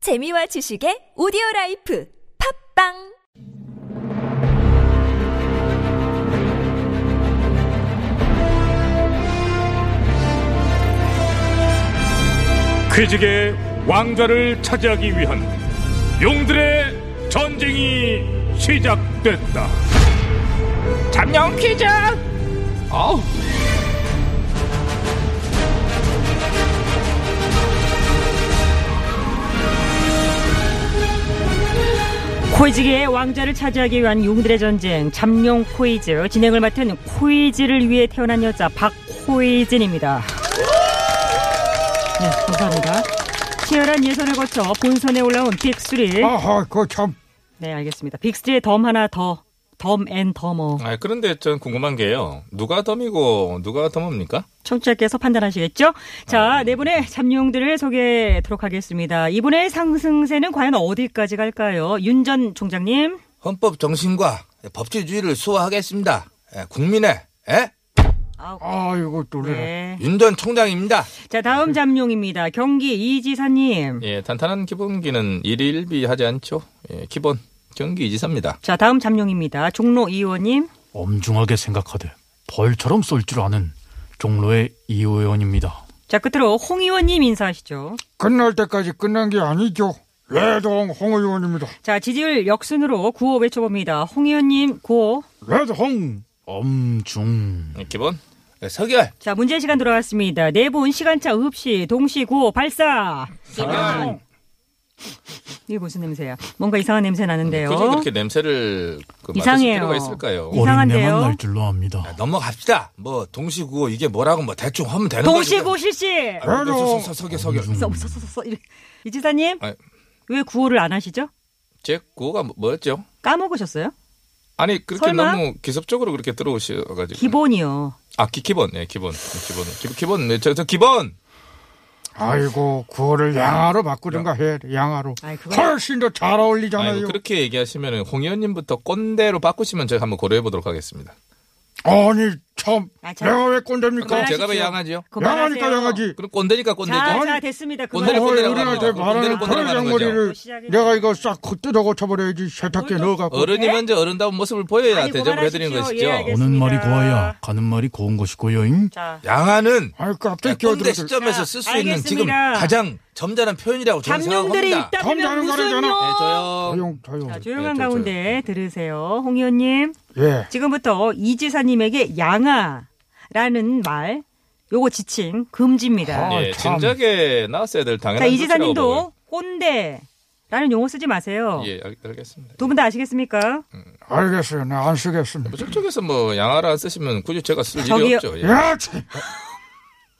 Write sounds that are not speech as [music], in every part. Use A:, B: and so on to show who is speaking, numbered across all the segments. A: 재미와 지식의 오디오 라이프 팝빵
B: 퀴직의 왕좌를 차지하기 위한 용들의 전쟁이 시작됐다. 잠룡 퀴즈! 어우.
C: 코이즈계의 왕좌를 차지하기 위한 용들의 전쟁 잠룡 코이즈 진행을 맡은 코이즈를 위해 태어난 여자 박코이진입니다. 네, 감사합니다. 치열한 예선을 거쳐 본선에 올라온 빅3.
D: 아하, 그거 참.
C: 네, 알겠습니다. 빅3의 덤 하나 더. 덤 앤 더머. 뭐.
E: 아, 그런데 전 궁금한 게요. 누가 덤이고 누가 덤입니까?
C: 청취자께서 판단하시겠죠? 자, 네 분의 잠룡들을 소개하도록 하겠습니다. 이분의 상승세는 과연 어디까지 갈까요? 윤 전 총장님.
F: 헌법 정신과 법치주의를 수호하겠습니다. 예, 국민의 예?
C: 아우,
D: 아, 이거 또 그래.
C: 네.
F: 윤전 총장입니다.
C: 자, 다음 잠룡입니다. 경기 이지사님.
E: 예, 단단한 기본기는 일일비 하지 않죠. 예, 기본 경기 이지사입니다.
C: 자, 다음 잠룡입니다. 종로 이원님.
G: 엄중하게 생각하되 벌처럼 쏠 줄 아는 종로의 이 의원입니다.
C: 자, 끝으로 홍 의원님 인사하시죠.
D: 끝날 때까지 끝난 게 아니죠. 레동 홍 의원입니다.
C: 자, 지지율 역순으로 구호 외쳐봅니다. 홍 의원님 구호.
D: 레동!
G: 엄중.
E: 예, 기본
F: 예, 서결
C: 자, 문제 시간 돌아왔습니다. 네 분 시간차 읍시 동시 구호 발사. 이게 무슨 냄새야? 뭔가 이상한 냄새 나는데요.
E: 굳이 그렇게 냄새를 그 맡으실
C: 이상해요.
E: 필요가 있을까요?
C: 이- 이상한데요?
G: 원인내만 날 줄로 압니다.
F: 예, 넘어갑시다. 뭐 동시구호 이게 뭐라고 뭐 대충 하면 되는
C: 동시
F: 거죠.
C: 구호 실시.
F: 아, 서- 서- 서- 서결 서결.
E: 음,
C: 써, 써, 써, 써, 이래. 이지사님
E: 아,
C: 왜 구호를 안 하시죠?
E: 제 구호가 뭐- 뭐였죠?
C: 까먹으셨어요?
E: 아니 그렇게
C: 설마?
E: 너무 기습적으로 그렇게 들어오셔가지고
C: 기본이요.
E: 아 기, 기본 예 기본 기본 기, 기본 예, 저, 저 기본
D: 아이고, 구호를 양아로 바꾸든가 해, 양아로.
C: 아이, 그거-
D: 훨씬 더 잘
E: 아니
D: 어울리잖아요.
E: 뭐 그렇게 얘기하시면 홍 의원님부터 꼰대로 바꾸시면 제가 한번 고려해 보도록 하겠습니다.
D: 아니, 참.
C: 아, 참.
D: 내가 왜 꼰대입니까?
E: 그럼 제가 왜
C: 그만하십시오.
E: 양하지요?
D: 양아니까
C: 그만하세요.
D: 양아지.
E: 그럼 꼰대니까 꼰대죠.
C: 자, 자, 됐습니다.
E: 꼰대를
C: 그만하세요.
D: 어이,
E: 꼰대라고
D: 우리한테
E: 하는 거죠.
D: 말하는
E: 꼰대를 꼰대라고
D: 그런
E: 하는
D: 양머리를
C: 거죠.
D: 내가 이거 싹 뜯어 고쳐버려야지 세탁기에
C: 얼른-
D: 넣어갖고.
E: 어른이
C: 네?
E: 먼저 어른다운 모습을 보여야
C: 아니,
E: 대접을 해드리는
C: 그만하십시오.
E: 것이죠.
C: 예, 알겠습니다.
G: 오는 말이 고와야 가는 말이 고운 것이고요잉.
C: 자,
F: 양아는
D: 아이,
F: 예,
D: 깜짝
F: 꼰대
D: 끼어들었어.
F: 시점에서
C: 자,
F: 쓸 수 있는
C: 알겠습니다.
F: 지금 가장 점잖은 표현이라고 저는
C: 잠룡들이
F: 생각합니다.
C: 있다 보면
D: 점잖은
C: 무슨
D: 거래잖아.
C: 용?
E: 네, 저요.
D: 조용, 조용.
C: 자,
E: 네,
C: 조용한
E: 저,
C: 가운데 들으세요. 홍 의원님,
D: 예.
C: 지금부터 이 지사님에게 양아라는 말, 요거 지침 금지입니다.
D: 아,
E: 예,
D: 참.
E: 진작에 나왔어야 될 당연한
C: 자, 이
E: 조치라고
C: 지사님도 꼰대라는 용어 쓰지 마세요.
E: 보고요. 예, 알- 알겠습니다.
C: 두 분 다 아시겠습니까?
D: 알겠어요. 나 안 쓰겠습니다.
E: 뭐 저쪽에서 뭐 양아라 안 쓰시면 굳이 제가 쓸
C: 아, 저기요.
E: 일이 없죠. 예.
D: 야, 참.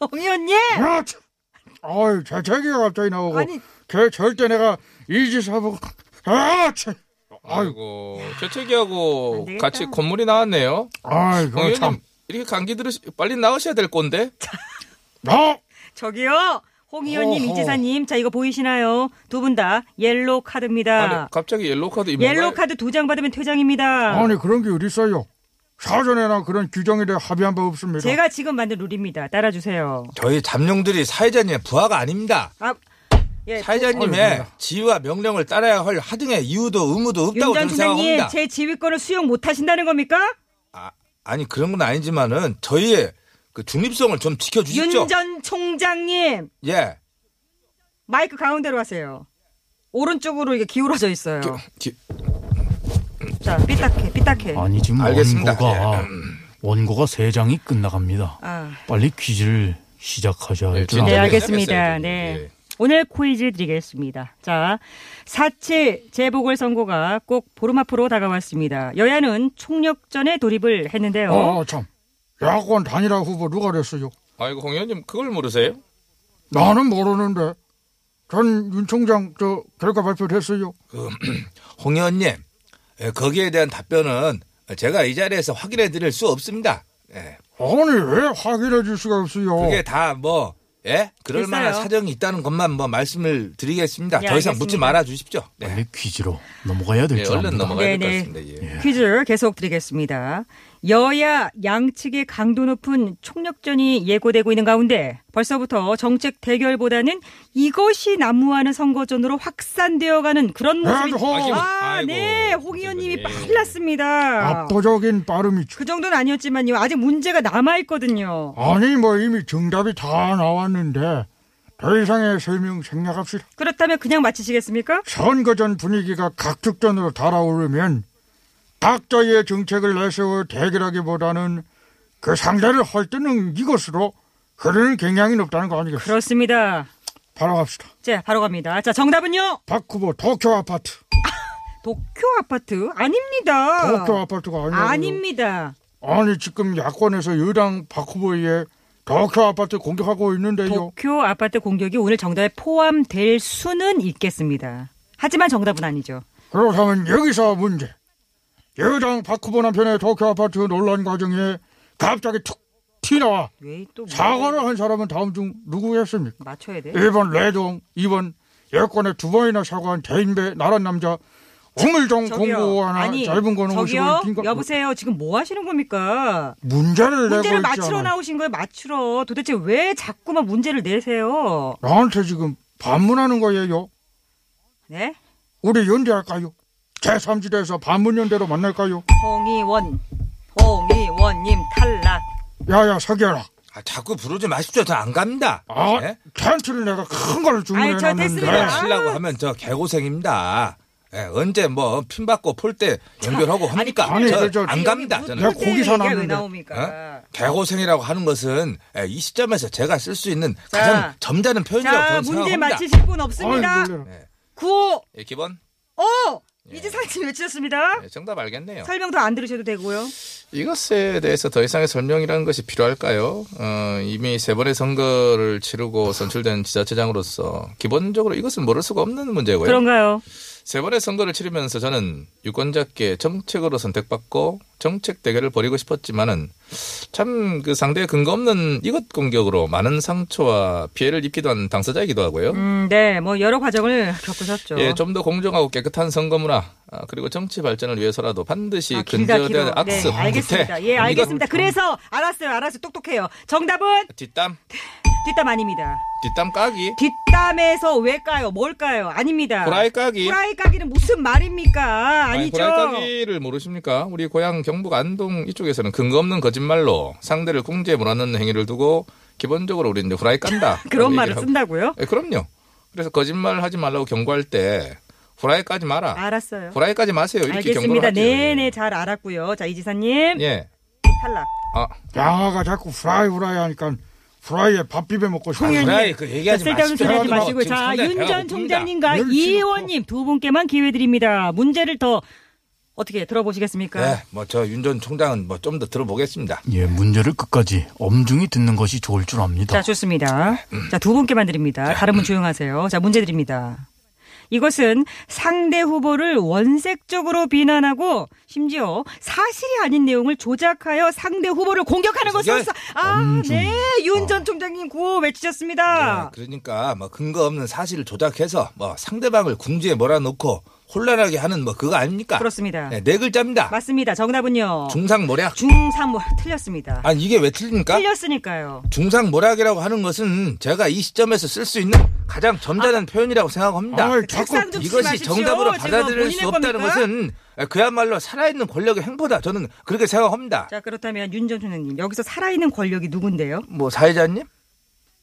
C: 홍 의원님!
D: 야, 참. 아이, 재채기가 갑자기 나오고.
C: 아니.
D: 걔 절대 내가 이지사보고. 아, 참.
E: 아이고,
C: 안
E: 재채기하고
C: 되겠다.
E: 같이 콧물이 나왔네요.
F: 어,
E: 홍
D: 아이고,
E: 의원님,
D: 참.
E: 이렇게 감기 들으시 빨리 나으셔야 될 건데.
F: 뭐-
D: 나!
C: 저기요! 홍 의원님,
D: 어허.
C: 이 지사님, 자, 이거 보이시나요? 두 분 다 옐로우 카드입니다.
E: 아니, 갑자기 옐로우 카드 입문가요?
C: 옐로우 카드 두 장 받으면 퇴장입니다.
D: 아니, 그런 게 어딨어요. 사전에나 그런 규정에 대해 합의한 바 없습니다.
C: 제가 지금 만든 룰입니다. 따라주세요.
F: 저희 잠룡들이 사회자님의 부하가 아닙니다.
C: 아, 예.
F: 사회자님의 지휘와 명령을 따라야 할 하등의 이유도 의무도 없다고
C: 윤전
F: 저는
C: 총장님,
F: 생각합니다.
C: 제 지휘권을 수용 못 하신다는 겁니까?
F: 아, 아니 그런 건 아니지만은 저희의 그 중립성을 좀 지켜주십시오.
C: 윤 전 총장님,
F: 예.
C: 마이크 가운데로 하세요. 오른쪽으로 이게 기울어져 있어요.
E: 기-
C: 자, 삐딱해, 삐딱해.
G: 아니 지금
F: 알겠습니다.
G: 원고가
F: 예.
G: 원고가 세 장이 끝나갑니다.
C: 아.
G: 빨리 퀴즈를 시작하셔야 할 줄
E: 진짜
C: 네,
G: 압니다.
C: 알겠습니다.
E: 알겠어요, 저는.
C: 네.
E: 예.
C: 오늘 코이즈 드리겠습니다. 자, 4.7 재보궐선거가 꼭 보름 앞으로 다가왔습니다. 여야는 총력전에 돌입을 했는데요.
D: 아, 참. 야권 단일화 후보 누가 됐어요?
E: 아이고, 홍 의원님, 그걸 모르세요?
D: 나는 모르는데. 전 윤 총장 저 결과 발표됐어요.
F: 홍 의원님 예, 거기에 대한 답변은 제가 이 자리에서 확인해 드릴 수 없습니다. 예.
D: 아니 왜 확인해 줄 수가 없어요?
F: 그게 다 뭐 예? 그럴
C: 됐어요.
F: 만한 사정이 있다는 것만 뭐 말씀을 드리겠습니다.
C: 예,
F: 더 이상
C: 알겠습니다.
F: 묻지 말아 주십시오. 네.
G: 빨리 퀴즈로 넘어가야 될
E: 예,
G: 줄
E: 얼른
G: 압니다.
E: 넘어가야 될 것
C: 네, 네.
E: 같습니다. 예.
C: 퀴즈 계속 드리겠습니다. 여야 양측의 강도 높은 총력전이 예고되고 있는 가운데 벌써부터 정책 대결보다는 이것이 난무하는 선거전으로 확산되어가는 그런 모습이
D: 아이고, 아이고,
C: 아, 네,
E: 아이고,
C: 홍
E: 어쨌든, 예.
C: 의원님이 빨랐습니다.
D: 압도적인 발음이죠.
C: 그정도는 아니었지만요. 아직 문제가 남아 있거든요.
D: 아니 뭐 이미 정답이 다 나왔는데 더 이상의 설명 생략합시다.
C: 그렇다면 그냥 마치시겠습니까?
D: 선거전 분위기가 각축전으로 달아오르면 각자의 정책을 내세워 대결하기보다는 그 상대를 헐뜯는 이것으로 흐르는 경향이 높다는 거 아니겠어요?
C: 그렇습니다.
D: 바로 갑시다.
C: 자, 바로 갑니다. 자, 정답은요.
D: 박 후보 도쿄 아파트.
C: 도쿄 아파트 아닙니다.
D: 도쿄 아파트가 아니에요.
C: 아닙니다.
D: 아니 지금 야권에서 여당 박 후보에 도쿄 아파트 공격하고 있는데요.
C: 도쿄 아파트 공격이 오늘 정답에 포함될 수는 있겠습니다. 하지만 정답은 아니죠.
D: 그렇다면 여기서 문제. 여당 박 후보 남편의 도쿄 아파트 논란 과정에 갑자기 툭 튀나와
C: 왜또 뭐
D: 사과를 한 사람은 다음 중 누구였습니까?
C: 맞춰야 돼?
D: 1번 레동, 2번 여권에 두 번이나 사과한 대인배 나란 남자 홍일종 예, 공고 하나 짧은 거는 50원
C: 저기요
D: 긴거
C: 여보세요 지금 뭐 하시는 겁니까?
D: 문제를 내고
C: 문제를
D: 있잖아.
C: 맞추러 나오신 거예요 맞추러 도대체 왜 자꾸만 문제를 내세요?
D: 나한테 지금 반문하는 거예요.
C: 네?
D: 우리 연대할까요? 제3지대에서 반문연대로 만날까요?
C: 홍의원 홍의원님 탈락
D: 야야 서기하라.
F: 아, 자꾸 부르지 마십시오. 저 안 갑니다.
D: 아,
F: 예?
D: 텐트를 내가 큰 걸
C: 아이, 저
D: 주문해놨는데
C: 됐습니다. 아.
F: 하려고 하면 저 개고생입니다. 예, 언제 뭐 핀 받고 폴 때 연결하고 합니까?
D: 아니, 저, 저,
F: 안
C: 뭐
F: 갑니다. 저는. 어?
D: 내가 고기
C: 사
D: 사놨는데.
C: 왜 나옵니까?
F: 개고생이라고 하는 것은 예, 이 시점에서 제가 쓸 수 있는
C: 자.
F: 가장 점잖은 표현이라고
C: 자
F: 저는
C: 문제
F: 생각합니다.
C: 맞히실 분 없습니다
D: 아이, 놀래라.
C: 9호
E: 예, 기본
C: 오!
F: 예.
C: 이지상 씨 외치셨습니다
E: 예, 정답 알겠네요.
C: 설명 더 안 들으셔도 되고요
E: 네. 이것에 대해서 더 이상의 설명이라는 것이 필요할까요? 어, 이미 세 번의 선거를 치르고 선출된 지자체장으로서 기본적으로 이것은 모를 수가 없는 문제고요.
C: 그런가요?
E: 세 번의 선거를 치르면서 저는 유권자께 정책으로 선택받고 정책 대결을 벌이고 싶었지만은 참 그 상대의 근거 없는 이것 공격으로 많은 상처와 피해를 입기도 한 당사자이기도 하고요.
C: 음, 그렇죠. 네, 뭐 여러 과정을 겪으셨죠.
E: 예, 좀 더 공정하고 깨끗한 선거 문화 아, 그리고 정치 발전을 위해서라도 반드시
C: 아, 길다,
E: 근절된
C: 길어.
E: 악습
C: 네, 알겠습니다.
E: 구태,
C: 예,
E: 이것
C: 알겠습니다. 그래서 알았어요, 알았어요. 똑똑해요. 정답은
E: 뒷담
C: 뒷담 아닙니다.
E: 뒷담 까기
C: 뒷담에서 왜 까요? 뭘 까요? 아닙니다.
E: 후라이 까기
C: 후라이 까기는 무슨 말입니까?
E: 아니,
C: 아니죠.
E: 후라이 까기를 모르십니까? 우리 고향 경북 안동 이쪽에서는 근거 없는 거짓말로 상대를 궁지에 몰아넣는 행위를 두고 기본적으로 우리 이제 후라이 깐다
C: [laughs] 그런
E: 라고
C: 말을
E: 얘기를 하고.
C: 쓴다고요?
E: 예, 그럼요. 그래서 거짓말 하지 말라고 경고할 때 후라이 까지 마라.
C: 알았어요.
E: 후라이 까지 마세요. 이렇게 경고를
C: 알겠습니다.
E: 하죠.
C: 네네, 잘 알았고요. 자, 이지사님.
E: 예.
C: 탈락.
E: 아,
D: 야가 자꾸 프라이 후라이 하니까 프라이에 밥 비벼 먹고 싶어.
F: 후라이 그
C: 자,
F: 얘기하지
C: 그러니까 쓸데없는
F: 마십시오.
C: 소리 하지 마시고요.
F: 지금
C: 자,
F: 상당히
C: 윤
F: 배가
C: 전
F: 고픕니다.
C: 총장님과
D: 멸치
C: 이
D: 먹고.
C: 의원님 두 분께만 기회 드립니다. 문제를 더 어떻게 들어보시겠습니까?
E: 예,
F: 네, 뭐저 윤 전 총장은 뭐 좀 더 들어보겠습니다.
G: 예, 문제를 끝까지 엄중히 듣는 것이 좋을 줄
C: 자,
G: 압니다.
C: 좋습니다. 자, 두 분께만
F: 네.
C: 드립니다. 다른 분 조용하세요. 자, 문제 드립니다. 이것은 상대 후보를 원색적으로 비난하고 심지어 사실이 아닌 내용을 조작하여 상대 후보를 공격하는 것으로서 아, 네. 윤 전 총장님 구호 외치셨습니다.
F: 네, 그러니까 뭐 근거 없는 사실을 조작해서 뭐 상대방을 궁지에 몰아넣고 혼란하게 하는 뭐 그거 아닙니까?
C: 그렇습니다.
F: 네, 네 글자입니다.
C: 맞습니다. 정답은요.
F: 중상모략.
C: 중삼모 틀렸습니다.
F: 아니 이게 왜 틀립니까?
C: 틀렸으니까요.
F: 중상모략이라고 하는 것은 제가 이 시점에서 쓸 수 있는 가장 점잖은 표현이라고 생각합니다.
D: 아이,
C: 그 책상
D: 자꾸
C: 좀 아. 치지
F: 이것이
C: 마십시오.
F: 정답으로
C: 지금 뭐
F: 받아들일 수
C: 본인의
F: 없다는
C: 겁니까?
F: 것은 그야말로 살아있는 권력의 행보다 저는 그렇게 생각합니다.
C: 자, 그렇다면 윤 전 총장님 여기서 살아있는 권력이 누군데요?
F: 뭐 사회자님?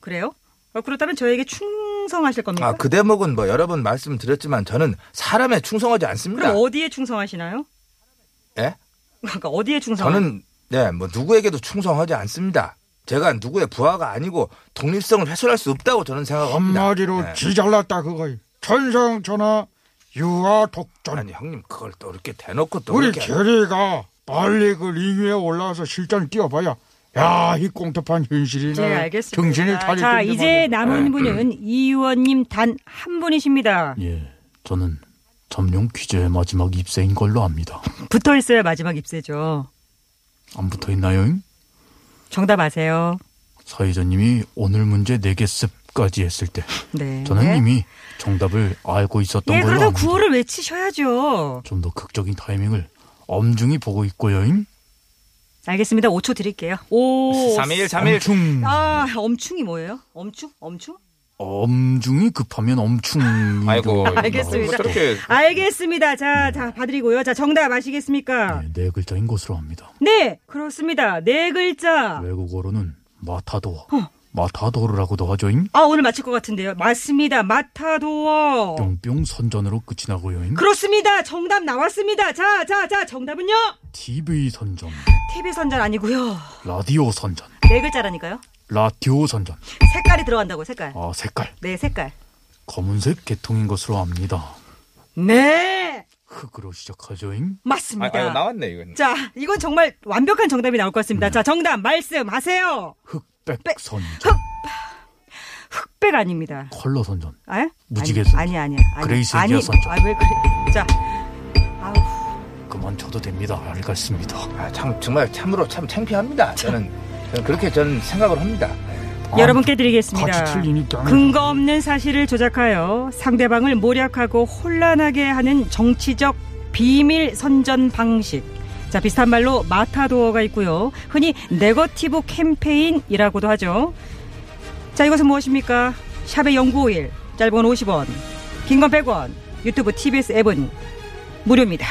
C: 그래요? 어, 그렇다면 저에게 충성하실 겁니까?
F: 아, 그 대목은 뭐 여러 번 말씀드렸지만 저는 사람에 충성하지 않습니다.
C: 그럼 어디에 충성하시나요? [laughs]
F: 예?
C: 그러니까 어디에 충성?
F: 저는 네, 뭐 누구에게도 충성하지 않습니다. 제가 누구의 부하가 아니고 독립성을 훼손할 수 없다고 저는 생각합니다.
C: 음,
D: 한마디로
F: 네.
D: 지 잘났다 그거이. 천상천하 유아 독전.
F: 아니 형님 그걸 또 이렇게 대놓고 또
D: 우리
F: 이렇게
D: 결의가 빨리 그 링위에 올라와서 실전 뛰어봐야 야, 이 꽁트판 현실이네.
C: 네, 알겠습니다.
D: 정신을 차릴
C: 자,
D: 텐데
C: 이제 남은
F: 네. 음.
C: 분은 이 의원님 단 한 분이십니다.
G: 예, 저는 점령 퀴즈의 마지막 입세인 걸로 압니다.
C: 붙어 있어야 마지막 입세죠.
G: 안 붙어 있나요?
C: 정답 아세요?
G: 사회자님이 오늘 문제 네개 습까지 했을 때
C: 네.
G: 저는 이미 정답을 알고 있었던
C: 예,
G: 걸로
C: 그러다
G: 압니다.
C: 구호를 외치셔야죠.
G: 좀 더 극적인 타이밍을 엄중히 보고 있고요. 임
C: 알겠습니다. 5초 드릴게요. 오.
E: 3일, 3일.
G: 엄충.
C: 아, 엄충이 뭐예요? 엄충? 엄충?
G: 엄중이 급하면 엄충.
E: 아이고. 뭐
C: 알겠습니다.
E: 저렇게
C: 알겠습니다. 자, 자, 봐드리고요. 자, 정답 아시겠습니까?
G: 네, 네 글자인 것으로 압니다.
C: 네, 그렇습니다. 네 글자.
G: 외국어로는 마타도어. 마타도르라고도 하죠잉.
C: 아, 오늘 맞힐 것 같은데요. 맞습니다. 마타도어.
G: 뿅뿅 선전으로 끝이 나고요잉.
C: 그렇습니다. 정답 나왔습니다. 자, 자, 자, 정답은요?
G: TV 선전,
C: TV 선전 아니고요.
G: 라디오 선전,
C: 네 글자라니까요.
G: 라디오 선전.
C: 색깔이 들어간다고 색깔.
G: 아, 색깔.
C: 네, 색깔.
G: 검은색 계통인 것으로 압니다.
C: 네,
G: 흑으로 시작하죠잉.
E: 아,
C: 맞습니다.
E: 아, 나왔네, 이건.
C: 자, 이건 정말 완벽한 정답이 나올 것 같습니다. 자, 정답 말씀하세요.
G: 흑백 선전,
C: 흑 흑백 아닙니다.
G: 컬러 선전.
C: 아?
G: 무지개 선전.
C: 아니 아니 아니.
G: 그레이스
C: 아니.
G: 이디아 선전.
C: 아, 왜 그래? 자, 아우.
G: 그만 쳐도 됩니다. 알겠습니다.
F: 아, 참, 정말 참으로 참 창피합니다. 저는, 저는 그렇게 저는 생각을 합니다.
C: 여러분께 드리겠습니다.
D: 같이 틀리니까.
C: 근거 없는 사실을 조작하여 상대방을 모략하고 혼란하게 하는 정치적 비밀 선전 방식. 자, 비슷한 말로 마타도어가 있고요. 흔히 네거티브 캠페인이라고도 하죠. 자, 이것은 무엇입니까? 샵의 0951, 짧은 건 50원, 긴 건 100원, 유튜브 TBS 앱은 무료입니다.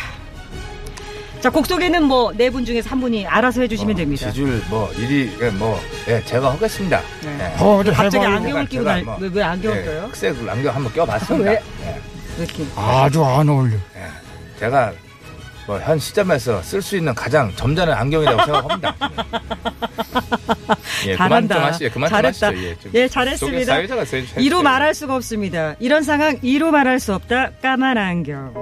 C: 자, 곡 소개는 뭐 네 분 중에서 한 분이 알아서 해주시면 됩니다.
F: 지줄 뭐, 일이, 예, 뭐, 예, 제가 하겠습니다.
C: 네.
F: 예.
D: 어, 어디
C: 갑자기
D: 해봐.
C: 안경을 끼고 날,
F: 뭐-
C: 왜, 왜 안경을
F: 예,
C: 껴요? 아,
F: 흑색 안경 한번 껴봤습니다.
C: 왜?
F: 예.
C: 왜 이렇게.
D: 아주 안 어울려.
F: 제가 뭐 현 시점에서 쓸 수 있는 가장 점잖은 안경이라고
C: [laughs]
F: 생각합니다.
E: 예, 그만
C: 잘한다.
E: 좀 하시죠. 그만 좀
C: 잘했다.
E: 하시죠. 예, 좀
C: 예, 잘했습니다.
E: 속에
F: 네,
E: 사회자가 세-
C: 이로 말할 수가 없습니다. 이런 상황 이로 말할 수 없다. 까만 안경.